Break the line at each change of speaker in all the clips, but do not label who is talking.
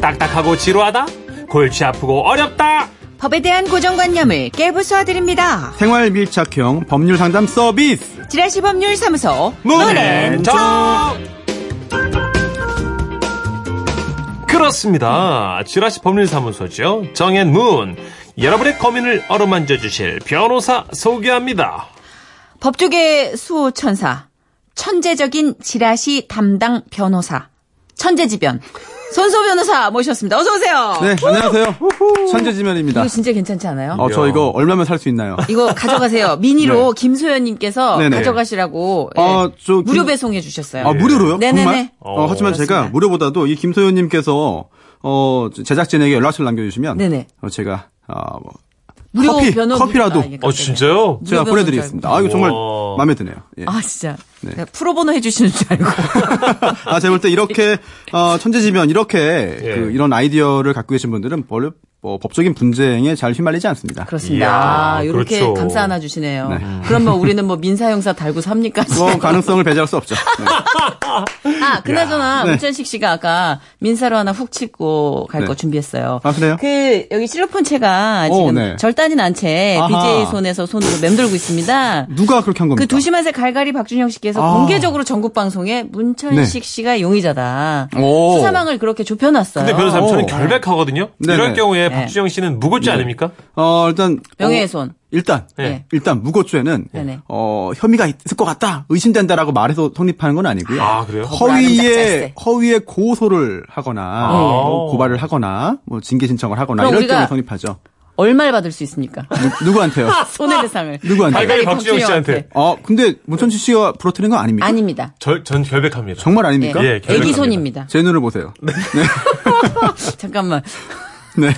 딱딱하고 지루하다? 골치 아프고 어렵다?
법에 대한 고정관념을 깨부숴드립니다.
생활 밀착형 법률 상담 서비스.
지라시 법률사무소
문앤정 그렇습니다. 지라시 법률사무소죠. 정앤문 여러분의 고민을 어루만져 주실 변호사 소개합니다.
법조계 수호천사 천재적인 지라시 담당 변호사 천재지변 손소 변호사 모셨습니다. 어서 오세요.
네, 안녕하세요. 천재지면입니다.
이거 진짜 괜찮지 않아요?
어, 저 이거 얼마면 살 수 있나요?
이거 가져가세요. 미니로 김소연님께서
네네.
가져가시라고 예,
아, 저 김-
무료 배송해 주셨어요.
아, 무료로요?
네네네.
정말? 어,
어,
하지만 제가
그렇습니다.
무료보다도 이 김소연님께서 어, 제작진에게 연락처를 남겨주시면
네네.
어, 제가 어, 뭐,
무료
커피,
변호
커피라도.
아, 이게
어, 진짜요?
제가
무료
보내드리겠습니다.
배송인
아, 이거 정말
우와.
마음에 드네요. 예.
아 진짜 내가 프로보노 해주시는 줄 알고
아, 제가 볼 때 이렇게 어, 천재지변 이렇게
예.
그 이런 아이디어를 갖고 계신 분들은 원래 뭐 법적인 분쟁에 잘 휘말리지 않습니다.
그렇습니다.
이야,
이렇게
그렇죠.
감싸 안아 주시네요. 그러면 우리는 뭐 민사형사 달고 삽니까?
뭐 가능성을 배제할 수 없죠. 네.
아 그나저나
네.
우천식 씨가 아까 민사로 하나 훅 치고 갈 거
네.
준비했어요.
아, 그래요?
그 여기 실로폰 채가
오,
지금
네.
절단이 난 채
아하.
BJ 손에서 손으로 맴돌고 있습니다.
누가 그렇게 한 겁니까?
그 도시맛의 갈갈이 박준영 씨께서
아. 네.
공개적으로 전국 방송에 문천식 씨가 용의자다.
오.
수사망을 그렇게 좁혀놨어요.
근데 변호사님 저는
오.
결백하거든요.
네네.
이럴 경우에
네.
박주영 씨는 무고죄 아닙니까?
어, 일단
명예훼손.
어, 일단
네.
일단 무고죄는
네네.
어, 혐의가 있을 것 같다. 의심된다라고 말해서 성립하는 건 아니고요.
아, 그래요?
거부라는 네,
허위에 허위에 고소를 하거나 뭐
아.
고발을 하거나 뭐 징계 신청을 하거나
그럼
이럴
우리가
경우에 성립하죠.
얼마를 받을 수 있습니까?
누- 누구한테요?
손해배상을.
누구한테?
갈갈이 박주영 씨한테.
어, 근데 문천지 씨가 부러뜨린 거 아닙니까?
아닙니다.
저, 전 결백합니다.
정말 아닙니까?
예, 결백합니다.
애기 손입니다.
제 눈을 보세요. 네.
잠깐만.
네.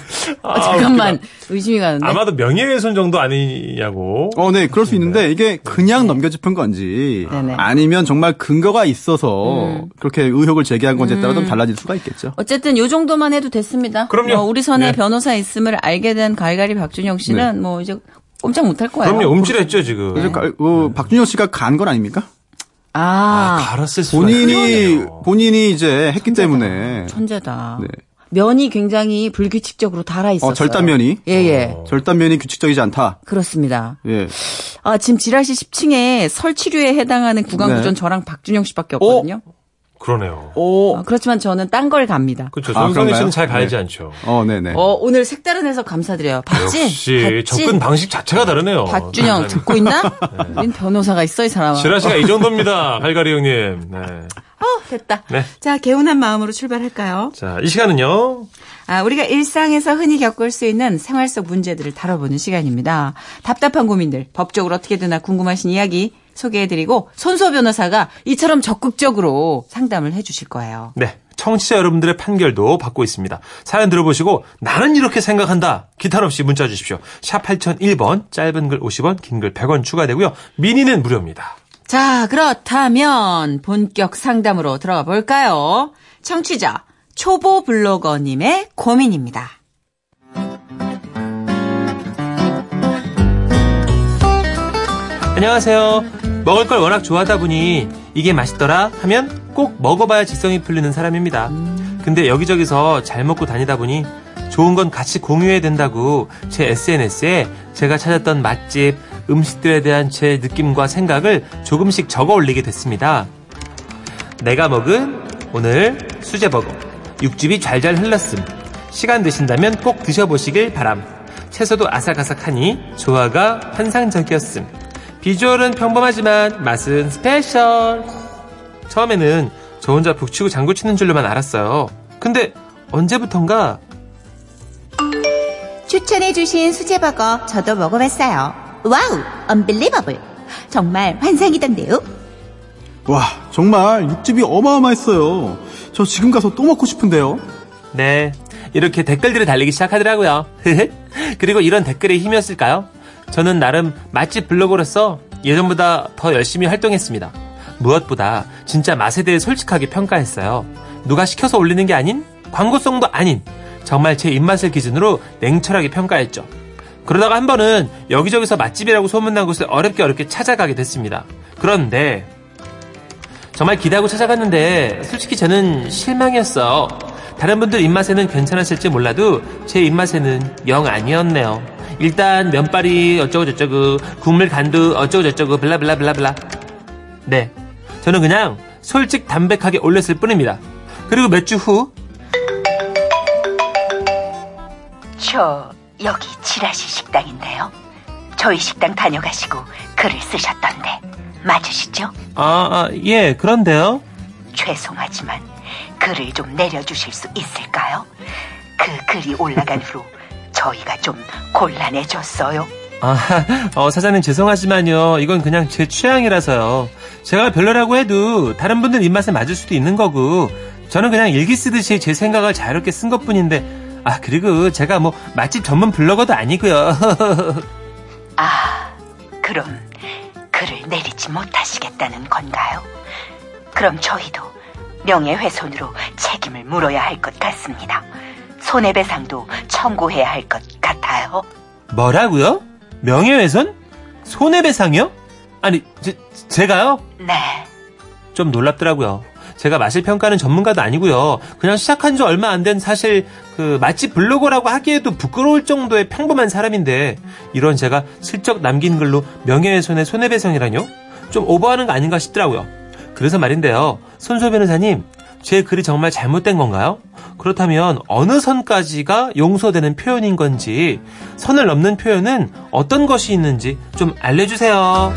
어, 잠깐만. 의심이 가는데.
아, 아마도 명예훼손 정도 아니냐고.
어, 네, 그럴 수 있는데 이게 그냥 넘겨짚은 건지
네네.
아니면 정말 근거가 있어서 그렇게 의혹을 제기한 건지에 따라 좀 달라질 수가 있겠죠.
어쨌든 요 정도만 해도 됐습니다.
그럼요.
어, 우리 선에
네.
변호사 있음을 알게 된 갈갈이 박준영 씨는 뭐 이제 꼼짝 못할 거예요.
그럼요, 음질했죠,
네.
지금.
네. 그래서 가- 어, 박준영 씨가 간 건 아닙니까?
아,
갈았을 수가
본인이
있네요.
본인이 이제 했기 때문에
천재다.
네.
면이 굉장히 불규칙적으로 달아 있었어요.
어, 절단면이? 어.
예예.
절단면이 규칙적이지 않다.
그렇습니다.
예.
아 지금 지라시 10층에 설치류에 해당하는 구간
네.
구조는 저랑 박준영 씨밖에 없거든요.
그러네요.
오.
어, 그렇지만 저는 딴 걸 갑니다.
그렇죠.
아,
손성희
그런가요?
씨는 잘 가야지
네.
않죠.
어, 네네.
어 오늘 색다른 해서 감사드려요. 봤지?
역시
봤지?
접근 방식 자체가 다르네요. 네.
박준영
선생님.
듣고 있나? 우린 변호사가 있어 이 사람아.
지라 씨가 이 정도입니다. 갈갈이 형님. 네.
어, 됐다.
네.
자, 개운한 마음으로 출발할까요?
자, 이 시간은요.
아, 우리가 일상에서 흔히 겪을 수 있는 생활 속 문제들을 다뤄보는 시간입니다. 답답한 고민들, 법적으로 어떻게 되나 궁금하신 이야기 소개해드리고, 손수호 변호사가 이처럼 적극적으로 상담을 해주실 거예요.
네. 청취자 여러분들의 판결도 받고 있습니다. 사연 들어보시고 나는 이렇게 생각한다. 기탄 없이 문자 주십시오. 샵 8001번 짧은 글 50원, 긴 글 100원 추가되고요. 미니는 무료입니다.
자, 그렇다면 본격 상담으로 들어가 볼까요? 청취자, 초보 블로거님의 고민입니다.
안녕하세요. 먹을 걸 워낙 좋아하다 보니 이게 맛있더라 하면 꼭 먹어봐야 직성이 풀리는 사람입니다. 근데 여기저기서 잘 먹고 다니다 보니 좋은 건 같이 공유해야 된다고 제 SNS에 제가 찾았던 맛집, 음식들에 대한 제 느낌과 생각을 조금씩 적어 올리게 됐습니다. 내가 먹은 오늘 수제버거 육즙이 잘잘 흘렀음 시간 되신다면 꼭 드셔보시길 바람 채소도 아삭아삭하니 조화가 환상적이었음 비주얼은 평범하지만 맛은 스페셜 처음에는 저 혼자 북치고 장구치는 줄로만 알았어요 근데 언제부턴가
추천해주신 수제버거 저도 먹어봤어요. 와우, 언빌리버블. 정말 환상이던데요.
와, 정말 육즙이 어마어마했어요. 저 지금 가서 또 먹고 싶은데요.
네. 이렇게 댓글들이 달리기 시작하더라고요. 그리고 이런 댓글의 힘이었을까요? 저는 나름 맛집 블로거로서 예전보다 더 열심히 활동했습니다. 무엇보다 진짜 맛에 대해 솔직하게 평가했어요. 누가 시켜서 올리는 게 아닌 광고성도 아닌 정말 제 입맛을 기준으로 냉철하게 평가했죠. 그러다가 한 번은 여기저기서 맛집이라고 소문난 곳을 어렵게 어렵게 찾아가게 됐습니다. 그런데 정말 기대하고 찾아갔는데 솔직히 저는 실망이었어. 다른 분들 입맛에는 괜찮았을지 몰라도 제 입맛에는 영 아니었네요. 일단 면발이 어쩌고저쩌고 국물 간도 어쩌고저쩌고 블라블라블라블라. 네. 저는 그냥 솔직 담백하게 올렸을 뿐입니다. 그리고 몇 주 후
저 여기 지라시 식당인데요. 저희 식당 다녀가시고 글을 쓰셨던데 맞으시죠?
아, 아, 예, 그런데요.
죄송하지만 글을 좀 내려주실 수 있을까요? 그 글이 올라간 후로 저희가 좀 곤란해졌어요.
아, 어, 사장님 죄송하지만요. 이건 그냥 제 취향이라서요. 제가 별로라고 해도 다른 분들 입맛에 맞을 수도 있는 거고, 저는 그냥 일기 쓰듯이 제 생각을 자유롭게 쓴 것뿐인데, 아, 그리고 제가 뭐 맛집 전문 블로거도 아니고요.
아, 그럼 글을 내리지 못하시겠다는 건가요? 그럼 저희도 명예훼손으로 책임을 물어야 할 것 같습니다. 손해배상도 청구해야 할 것 같아요.
뭐라고요? 명예훼손? 손해배상이요? 아니, 제, 제가요?
네.
좀 놀랍더라고요. 제가 맛을 평가하는 전문가도 아니고요. 그냥 시작한 지 얼마 안 된 사실 그 맛집 블로거라고 하기에도 부끄러울 정도의 평범한 사람인데 이런 제가 슬쩍 남긴 글로 명예훼손의 손해배상이라뇨? 좀 오버하는 거 아닌가 싶더라고요. 그래서 말인데요. 손소 변호사님, 제 글이 정말 잘못된 건가요? 그렇다면 어느 선까지가 용서되는 표현인 건지 선을 넘는 표현은 어떤 것이 있는지 좀 알려주세요.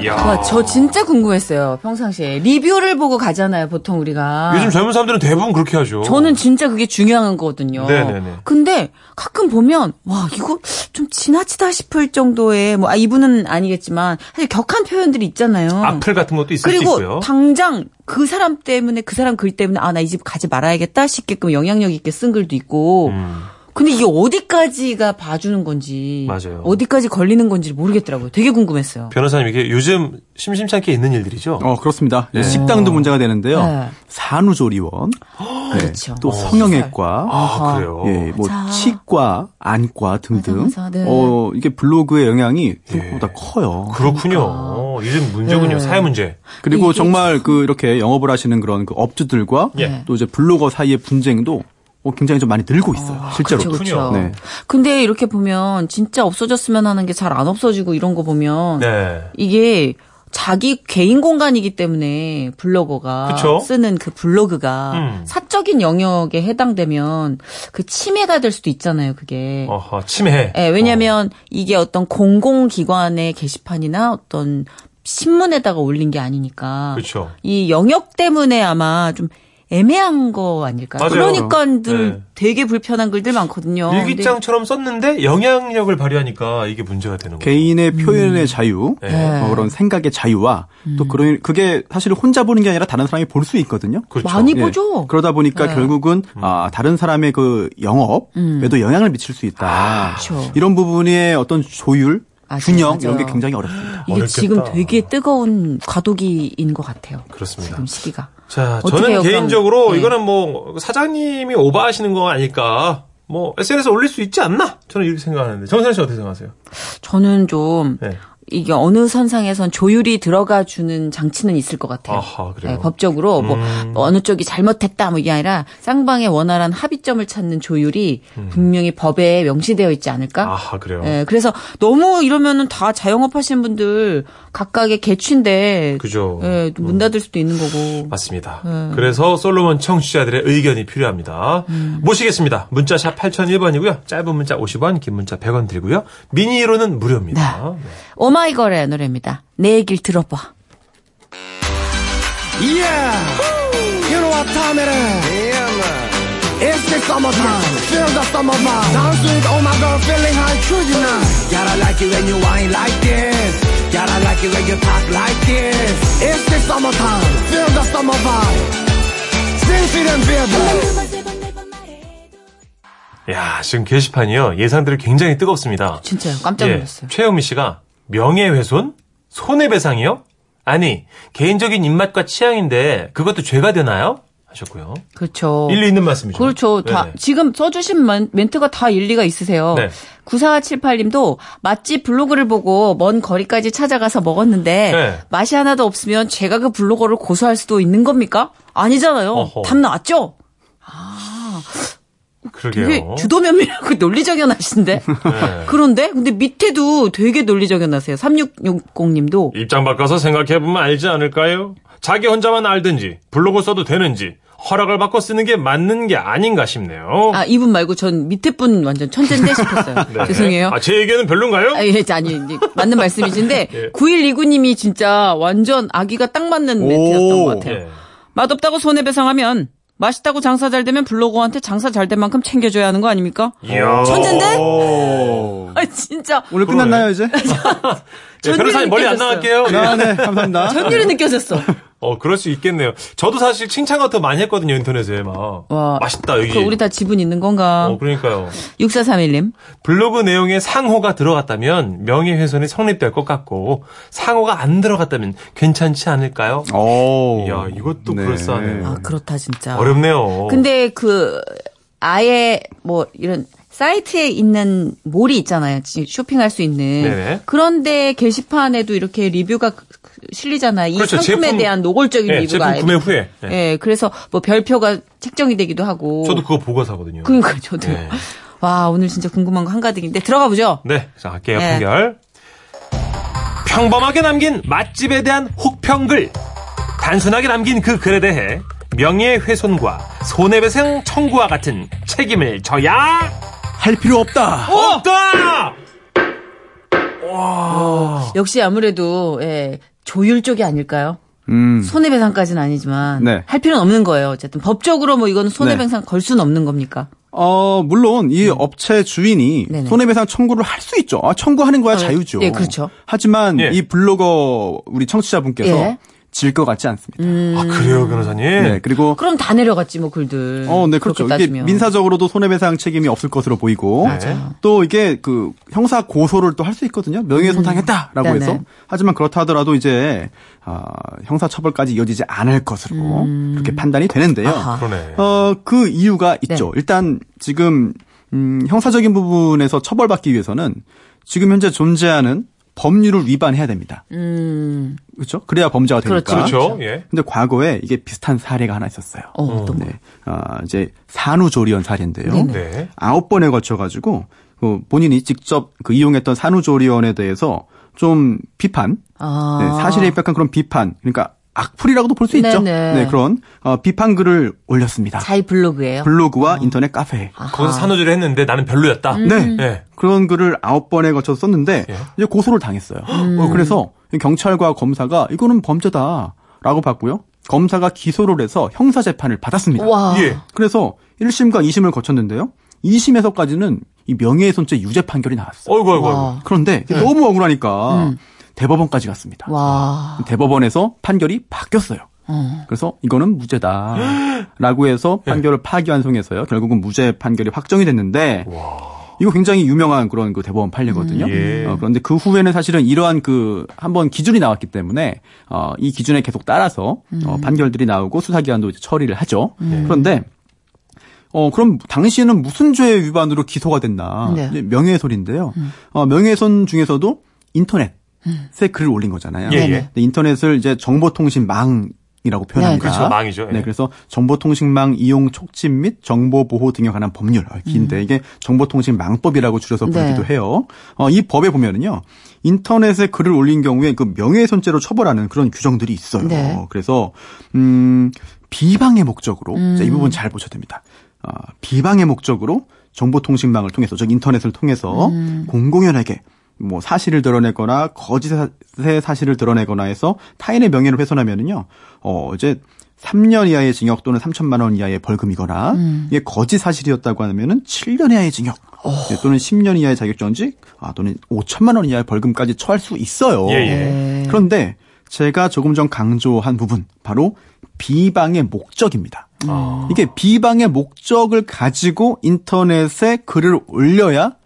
이야.
와, 저 진짜 궁금했어요. 평상시에 리뷰를 보고 가잖아요. 보통 우리가.
요즘 젊은 사람들은 대부분 그렇게 하죠.
저는 진짜 그게 중요한 거거든요.
네네네.
근데 가끔 보면 와 이거 좀 지나치다 싶을 정도의 뭐 아, 이분은 아니겠지만 사실 격한 표현들이 있잖아요.
악플 같은 것도 있을 수 있고요.
음. 그리고 당장 그 사람 때문에 그 사람 글 때문에 아 나 이 집 가지 말아야겠다 싶게끔 영향력 있게 쓴 글도 있고.
음.
근데 이게 어디까지가 봐주는 건지
맞아요.
어디까지 걸리는 건지 모르겠더라고요. 되게 궁금했어요.
변호사님 이게 요즘 심심찮게 있는 일들이죠.
어, 그렇습니다. 식당도 문제가 되는데요.
네.
산후조리원, 네,
그렇죠.
또 성형외과,
아 그래요.
예, 뭐 치과, 안과 등등.
맞아, 맞아. 네.
어, 이게 블로그의 영향이 생각보다 커요.
그렇군요. 어,
그러니까.
요즘
예.
문제군요. 사회 문제.
그리고 정말 그 이렇게 영업을 하시는 그런 그 업주들과
예.
또 이제 블로거 사이의 분쟁도 어, 굉장히 좀 많이 늘고 있어요. 실제로.
그렇죠.
그렇죠.
네.
근데 이렇게 보면 진짜 없어졌으면 하는 게 잘 안 없어지고 이런 거 보면
네.
이게 자기 개인 공간이기 때문에 블로거가
그쵸?
쓰는 그 블로그가
음.
사적인 영역에 해당되면 그 침해가 될 수도 있잖아요, 그게.
어허, 침해.
예, 왜냐면 이게 어떤 공공기관의 게시판이나 어떤 신문에다가 올린 게 아니니까.
그렇죠.
이 영역 때문에 아마 좀 애매한 거 아닐까요?
맞아요.
그러니까 들
네.
되게 불편한 글들 많거든요.
어, 일기장처럼 썼는데 영향력을 발휘하니까 이게 문제가 되는 거예요.
개인의 표현의 자유,
네.
뭐 그런 생각의 자유와 또 그런 그게 사실 혼자 보는 게 아니라 다른 사람이 볼 수 있거든요.
그렇죠.
많이
예.
보죠. 네.
그러다 보니까 결국은 아, 다른 사람의 그 영업에도 영향을 미칠 수 있다.
음. 그렇죠.
이런 부분의 어떤 조율,
맞아요,
균형 이런
맞아요.
게 굉장히 어렵습니다.
이게
어렵겠다.
지금 되게 뜨거운 과도기인 것 같아요.
그렇습니다.
지금 시기가.
자,
어떻게
저는
해요, 그럼?
개인적으로
네.
이거는 뭐 사장님이 오버하시는 거 아닐까. 뭐 SNS 에 올릴 수 있지 않나? 저는 이렇게 생각하는데 정선 씨 어떻게 생각하세요?
저는 좀
네.
이게 어느 선상에선 조율이 들어가 주는 장치는 있을 것 같아요.
아하, 그래요? 음.
법적으로 뭐 어느 쪽이 잘못했다 뭐 이게 아니라 쌍방의 원활한 합의점을 찾는 조율이
음.
분명히 법에 명시되어 있지 않을까?
아하 그래요.
예, 그래서 너무 이러면은 다 자영업 하시는 분들 각각의 개취인데
그죠.
예, 문 닫을 수도 있는 거고.
맞습니다.
음.
그래서 솔로몬 청취자들의 의견이 필요합니다.
음.
모시겠습니다. 문자샵 8001번이고요. 짧은 문자 50원, 긴 문자 100원 들고요. 미니로는 무료입니다. 네.
오마이걸의 노래입니다. 내 얘길 들어봐.
Yeah. You know what time it is. It's the summertime. Feel the summer vibe. Dance with all Oh my girl feeling high true tonight. Gotta like it when you whine like this. Gotta like it when you talk like this. It's the summertime. Feel the summer vibe. Sing it and feel it.
네. 야, 지금 게시판이요. 예상대로 굉장히 뜨겁습니다. 예,
진짜요. 깜짝 놀랐어요.
최영미 씨가 명예훼손? 손해배상이요? 아니, 개인적인 입맛과 취향인데 그것도 죄가 되나요? 하셨고요.
그렇죠.
일리 있는 말씀이죠.
그렇죠. 다
네네.
지금 써주신 멘- 멘트가 다 일리가 있으세요.
네.
9478님도 맛집 블로그를 보고 먼 거리까지 찾아가서 먹었는데
네.
맛이 하나도 없으면 제가 그 블로거를 고소할 수도 있는 겁니까? 아니잖아요.
어허.
답 나왔죠?
그러게요.
되게 주도면밀하고 논리적연하신데?
네.
그런데? 근데 밑에도 되게 논리적연하세요. 3660님도.
입장 바꿔서 생각해보면 알지 않을까요? 자기 혼자만 알든지 블로그 써도 되는지 허락을 받고 쓰는 게 맞는 게 아닌가 싶네요.
아, 이분 말고 전 밑에 분 완전 천재인데 싶었어요.
네.
죄송해요.
아, 제 의견은 별론가요?
아, 예, 아니, 이제 맞는 말씀이신데,
예.
9129님이 진짜 완전 아기가 딱 맞는 멘트였던
오.
것 같아요.
예.
맛없다고 손해배상하면, 맛있다고 장사 잘 되면 블로거한테 장사 잘 된 만큼 챙겨줘야 하는 거 아닙니까?
이야.
천재인데?
오.
아, 진짜.
오늘 끝났나요 이제?
예, 변호사님 멀리 안 나갈게요. 예.
아, 네 감사합니다.
전율이 느껴졌어.
어, 그럴 수 있겠네요. 저도 사실 칭찬을 더 많이 했거든요, 인터넷에 막.
와.
맛있다, 여기.
그 우리 다 지분 있는 건가?
어, 그러니까요.
6431님.
블로그 내용에 상호가 들어갔다면 명예훼손이 성립될 것 같고 상호가 안 들어갔다면 괜찮지 않을까요?
오.
이야, 이것도 그럴싸하네요.
아, 그렇다, 진짜.
어렵네요.
근데 그, 아예 뭐, 이런, 사이트에 있는 몰이 있잖아요. 지- 쇼핑할 수 있는.
네네.
그런데 게시판에도 이렇게 리뷰가 그- 그- 실리잖아요. 이
그렇죠.
상품에
제품-
대한 노골적인
예,
리뷰가.
제품
아예.
구매 후에.
예,
예.
그래서 뭐 별표가 책정이 되기도 하고.
저도 그거 보고 사거든요.
그러니까 저도.
예.
와, 오늘 진짜 궁금한 거 한가득인데 들어가 보죠.
네, 자, 갈게요,
네.
판결. 평범하게 남긴 맛집에 대한 혹평글. 단순하게 남긴 그 글에 대해 명예훼손과 손해배상 청구와 같은 책임을 져야
할 필요 없다.
없다! 어.
역시 아무래도 예, 조율 쪽이 아닐까요?
음.
손해배상까지는 아니지만
네.
할 필요는 없는 거예요. 어쨌든 법적으로 뭐 이건 손해배상 걸 수는 없는 겁니까?
어, 물론 이 업체 주인이
음. 네네.
손해배상 청구를 할 수 있죠. 아, 청구하는 거야 자유죠.
예, 그렇죠.
하지만
예.
이 블로거 우리 청취자분께서
예. 음.
질 것 같지 않습니다.
아, 그래요, 변호사님?
네, 그리고
어, 그럼 다 내려갔지 뭐 글들.
어, 네,
그렇게
그렇죠. 이게
따지면. 네.
민사적으로도 손해배상 책임이 없을 것으로 보이고
맞아요.
또 이게 그 형사 고소를 또 할 수 있거든요. 명예훼손 당했다라고
음. 네네.
해서 하지만 그렇다 하더라도 이제 아, 형사 처벌까지 이어지지 않을 것으로 그렇게 판단이 되는데요.
음. 아하. 네.
그러네.
어, 그 이유가 있죠. 일단 지금 음, 형사적인 부분에서 처벌받기 위해서는 지금 현재 존재하는 법률을 위반해야 됩니다.
음.
그렇죠? 그래야 범죄가 되니까.
그렇죠.
그렇죠, 예.
근데 과거에 이게 비슷한 사례가 하나 있었어요.
어,
음.
어떤 거?
네. 아, 이제 산후조리원 사례인데요.
네네.
네.
아홉 번에 걸쳐가지고 어, 본인이 직접 그 이용했던 산후조리원에 대해서 좀 비판,
아.
네, 사실에 입각한 그런 비판, 그러니까 악플이라고도 볼 수 있죠.
네네.
네, 그런 어, 비판 글을 올렸습니다.
자이 블로그예요. 음. 아.
블로그와 인터넷 카페에
거기서 산후조리 했는데 나는 별로였다.
네.
예.
그런 글을 아홉 번에 걸쳐 서 썼는데
예.
이제 고소를 당했어요.
음.
어, 그래서 경찰과 검사가 이거는 범죄다라고 봤고요. 검사가 기소를 해서 형사 재판을 받았습니다.
와.
예.
그래서 1심과 2심을 거쳤는데요. 2심에서까지는 이 명예훼손죄 유죄 판결이 나왔어요.
어이구, 어이구, 어이구.
와.
그런데 이게 너무 억울하니까 대법원까지 갔습니다.
와.
대법원에서 판결이 바뀌었어요. 그래서 이거는 무죄다라고 해서 판결을 파기환송해서요. 결국은 무죄 판결이 확정이 됐는데 이거 굉장히 유명한 그런 그 대법원 판례거든요.
예.
어, 그런데 그 후에는 사실은 이러한 그 한번 기준이 나왔기 때문에 어, 이 기준에 계속 따라서 어,
음.
판결들이 나오고 수사기관도 이제 처리를 하죠.
네.
그런데 어 그럼 당시에는 무슨 죄 위반으로 기소가 됐나?
네.
이제 명예훼손인데요.
음.
어, 명예훼손 중에서도 인터넷. 에 글을 올린 거잖아요.
예, 예.
근데 인터넷을 이제 정보통신망이라고 표현합니다.
네,
그렇죠. 망이죠. 예.
네, 그래서 정보통신망 이용 촉진 및 정보보호 등에 관한 법률 아, 긴데 이게 정보통신망법이라고 줄여서 부르기도
음. 네.
해요. 어, 이 법에 보면은요, 인터넷에 글을 올린 경우에 그 명예훼손죄로 처벌하는 그런 규정들이 있어요.
네.
그래서 음, 비방의 목적으로 자, 이 부분 잘 보셔야 됩니다. 아, 비방의 목적으로 정보통신망을 통해서 즉 인터넷을 통해서 공공연하게 뭐 사실을 드러내거나 거짓의 사- 사실을 드러내거나 해서 타인의 명예를 훼손하면은요, 어 이제 3년 이하의 징역 또는 3천만 원 이하의 벌금이거나 이게 거짓 사실이었다고 하면은 7년 이하의 징역 네, 또는 10년 이하의 자격정지 아, 또는 5천만 원 이하의 벌금까지 처할 수 있어요.
예, 예.
그런데 제가 조금 전 강조한 부분 바로 비방의 목적입니다.
아.
이게 비방의 목적을 가지고 인터넷에 글을 올려야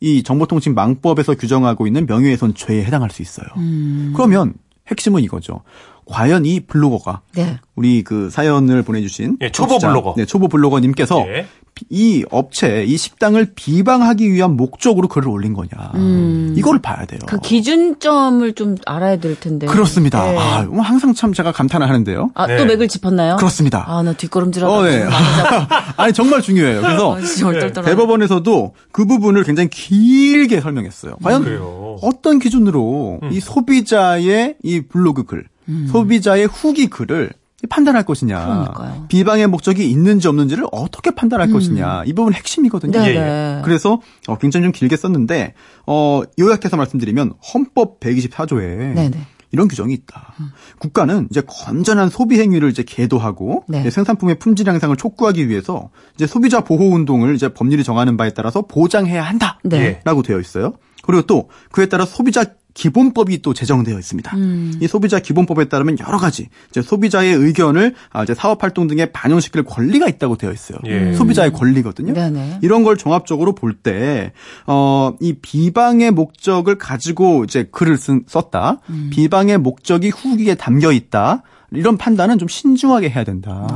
이 정보통신망법에서 규정하고 있는 명예훼손 죄에 해당할 수 있어요.
음.
그러면 핵심은 이거죠. 과연 이 블로거가
네.
우리 그 사연을 보내주신
예, 초보 블로거.
네, 초보 블로거님께서
예.
이 업체, 이 식당을 비방하기 위한 목적으로 글을 올린 거냐.
음.
이거를 봐야 돼요.
그 기준점을 좀 알아야 될 텐데.
그렇습니다.
네.
아, 뭐 항상 참 제가 감탄을 하는데요.
아,
네.
또 맥을 짚었나요?
그렇습니다.
아, 나 뒷걸음질하다.
어, 네. 아니 정말 중요해요. 그래서
어, 진짜 얼떨떨하네.
대법원에서도 그 부분을 굉장히 길게 설명했어요. 과연
음, 그래요. 음.
어떤 기준으로 이 소비자의 이 블로그 글, 소비자의 후기 글을 판단할 것이냐,
음. 그러니까요. 음.
비방의 목적이 있는지 없는지를 어떻게 판단할 것이냐, 이 부분 핵심이거든요.
네,
예,
네.
그래서 어, 굉장히 좀 길게 썼는데 어, 요약해서 말씀드리면 헌법 124조에
네네.
이런 규정이 있다. 국가는 이제 건전한 소비 행위를 이제 계도하고
네.
이제 생산품의 품질 향상을 촉구하기 위해서 이제 소비자 보호 운동을 이제 법률이 정하는 바에 따라서 보장해야 한다.
네.
예.
라고 되어 있어요. 그리고 또 그에 따라 소비자 기본법이 또 제정되어 있습니다.
음.
이 소비자 기본법에 따르면 여러 가지 이제 소비자의 의견을 아, 이제 사업 활동 등에 반영시킬 권리가 있다고 되어 있어요.
예.
소비자의 권리거든요.
네네.
이런 걸 종합적으로 볼 때 어, 이 비방의 목적을 가지고 이제 글을 쓴, 썼다.
음.
비방의 목적이 후기에 담겨 있다. 이런 판단은 좀 신중하게 해야 된다.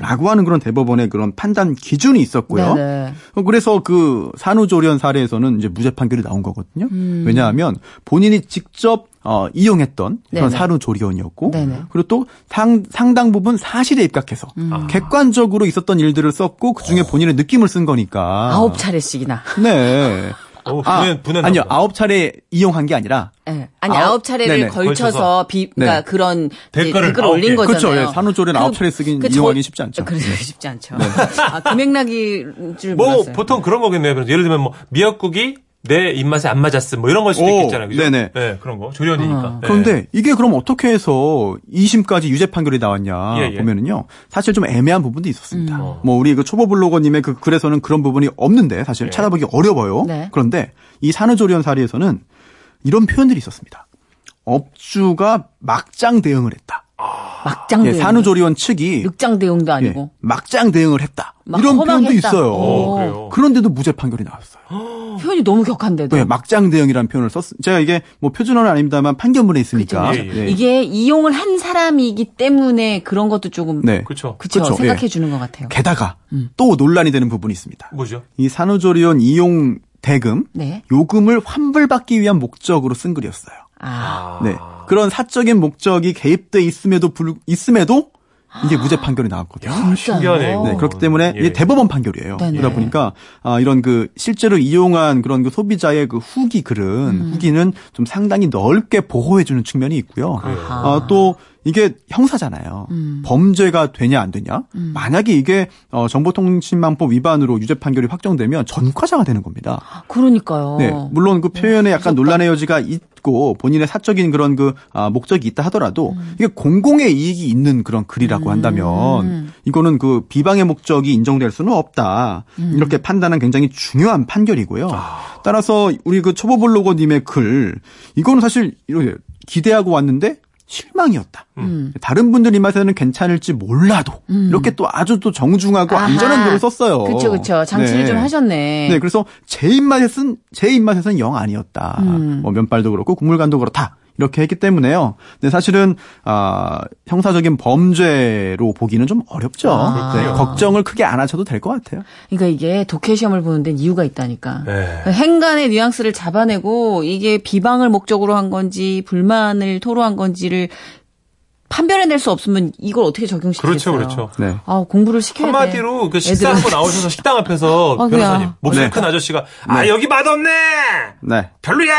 라고 하는 그런 대법원의 그런 판단 기준이 있었고요.
아. 네네.
어, 그래서 그 산후조리원 사례에서는 이제 무죄 판결이 나온 거거든요.
음.
왜냐하면 본인이 직접 어, 이용했던 그런
네네.
산후조리원이었고,
네네. 음.
그리고 또 상, 상당 부분 사실에 입각해서
아.
객관적으로 있었던 일들을 썼고 그 중에 본인의 느낌을 쓴 거니까.
어. 아홉 차례씩이나.
네.
어,
아,
분해, 분해
아니요, 아홉 차례 이용한 게 아니라
네. 아니
아홉-
아홉, 차례를
네네.
걸쳐서,
걸쳐서.
비 그러니까
네.
그런 이제
댓글을
댓글을
아홉 개.
올린 거잖아요. 그
그렇죠. 예, 산후조리는 아홉 차례 쓰긴 이용하기 쉽지 않죠. 네.
그래서 쉽지 않죠. 아, 금액락일 줄
뭐
몰랐어요.
보통 그런 거겠네요. 그래서 예를 들면 뭐 미역국이 내 입맛에 안 맞았음 뭐 이런 걸 수도
오,
있겠잖아요. 그죠?
네네.
네, 그런 거. 조련이니까.
아.
네.
그런데 이게 그럼 어떻게 해서 2심까지 유죄 판결이 나왔냐
예, 예.
보면은요 사실 좀 애매한 부분도 있었습니다.
음.
뭐 우리 그 초보 블로거님의 그 글에서는 그런 부분이 없는데 사실
예.
찾아보기 어려워요.
네.
그런데 이 산후조리원 사례에서는 이런 표현들이 있었습니다. 업주가 막장 대응을 했다.
막장
예,
대응.
산후조리원 측이
아, 네, 늑장 대응도
예,
아니고.
막장 대응을 했다.
막
이런
험하게
표현도
했다.
있어요.
오, 아.
그래요?
그런데도 무죄 판결이 나왔어요.
표현이 너무 격한데도.
왜 막장 대응이라는 표현을 썼? 제가 이게 뭐 표준어는 아닙니다만 판결문에 있으니까
그죠. 예, 예.
네.
이게 이용을 한 사람이기 때문에 그런 것도 조금
네.
그렇죠.
그쵸,
그쵸,
생각해
예.
주는 것 같아요.
게다가 또 논란이 되는 부분이 있습니다.
뭐죠?
이 산후조리원 이용 대금
네.
요금을 환불받기 위한 목적으로 쓴 글이었어요.
아,
네. 그런 사적인 목적이 개입돼 있음에도 불 있음에도 이게 무죄 판결이 나왔거든요.
어,
신기하네요.
네, 그렇기 때문에
예.
이게 대법원 판결이에요.
네네.
그러다 보니까 아, 이런 그 실제로 이용한 그런 그 소비자의 그 후기 글은 후기는 좀 상당히 넓게 보호해주는 측면이 있고요. 아, 또 이게 형사잖아요. 범죄가 되냐 안 되냐. 만약에 이게 어, 정보통신망법 위반으로 유죄 판결이 확정되면 전과자가 되는 겁니다.
그러니까요.
네, 물론 그 표현에
음,
약간 논란의 여지가 있고 본인의 사적인 그런 그 아, 목적이 있다 하더라도
음.
이게 공공의 이익이 있는 그런 글이라고
음.
한다면 이거는 그 비방의 목적이 인정될 수는 없다
음.
이렇게 판단한 굉장히 중요한 판결이고요.
아.
따라서 우리 그 초보 블로거님의 글 이거는 사실 이렇게 기대하고 왔는데. 실망이었다.
음.
음. 다른 분들 입맛에는 괜찮을지 몰라도 이렇게 또 아주 또 정중하고
아하.
안전한 글을 썼어요.
그쵸, 그쵸. 장치를
네.
좀 하셨네.
네, 그래서 제 입맛에 쓴, 제 입맛에선 영 아니었다. 뭐 면발도 그렇고 국물간도 그렇다. 이렇게 했기 때문에요. 근데 사실은 아, 형사적인 범죄로 보기는 좀 어렵죠.
아,
네,
그렇군요.
걱정을 크게 안 하셔도 될 것 같아요.
그러니까 이게 독해 시험을 보는 데는 이유가 있다니까.
네.
행간의 뉘앙스를 잡아내고 이게 비방을 목적으로 한 건지 불만을 토로한 건지를 판별해낼 수 없으면 이걸 어떻게 적용시키겠어요?
그렇죠, 그렇죠.
네.
아 공부를 시켜야 돼.
한마디로 그 식사하고
네. 애들은.
나오셔서 식당 앞에서
어,
변호사님
그래요.
목소리
네.
큰 아저씨가 아 여기 맛없네
네.
별로야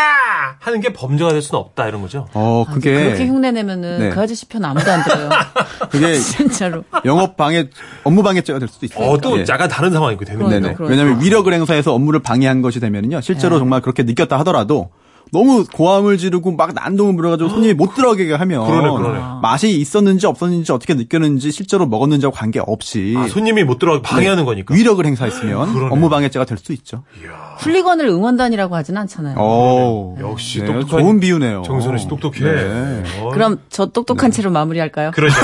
하는 게 범죄가 될 수는 없다 이런 거죠.
어,
아,
그게
그렇게 흉내 내면은
네.
그 아저씨 편 아무도 안 들어요.
그게
진짜로.
영업 방해 업무 방해죄가 될 수도 있어요.
어또
예.
약간 다른 상황이 되는 거예요.
네네.
그러니까.
왜냐하면 위력을 행사해서 업무를 방해한 것이 되면요 실제로 정말 그렇게 느꼈다 하더라도 너무 고함을 지르고 막 난동을 부려가지고 손님이 못 들어가게 하면
그러네, 그러네.
맛이 있었는지 없었는지 어떻게 느꼈는지 실제로 먹었는지 와 관계 없이
아, 손님이 못 들어가게
네.
방해하는 거니까.
위력을 행사했으면
그러네. 음.
업무 방해죄가 될 수 있죠.
훌리건을 응원단이라고 하진 않잖아요.
어. 오,
역시
네,
똑똑한
좋은 비유네요.
정선우 씨 똑똑해.
네.
어,
그럼 저 똑똑한 채로 마무리할까요?
그러죠.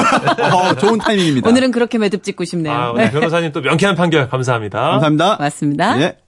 어, 좋은 타이밍입니다. 아,
오늘은 그렇게 매듭 짓고 싶네요.
아, 오늘 변호사님 또 명쾌한 판결 감사합니다.
감사합니다.
맞습니다.
예.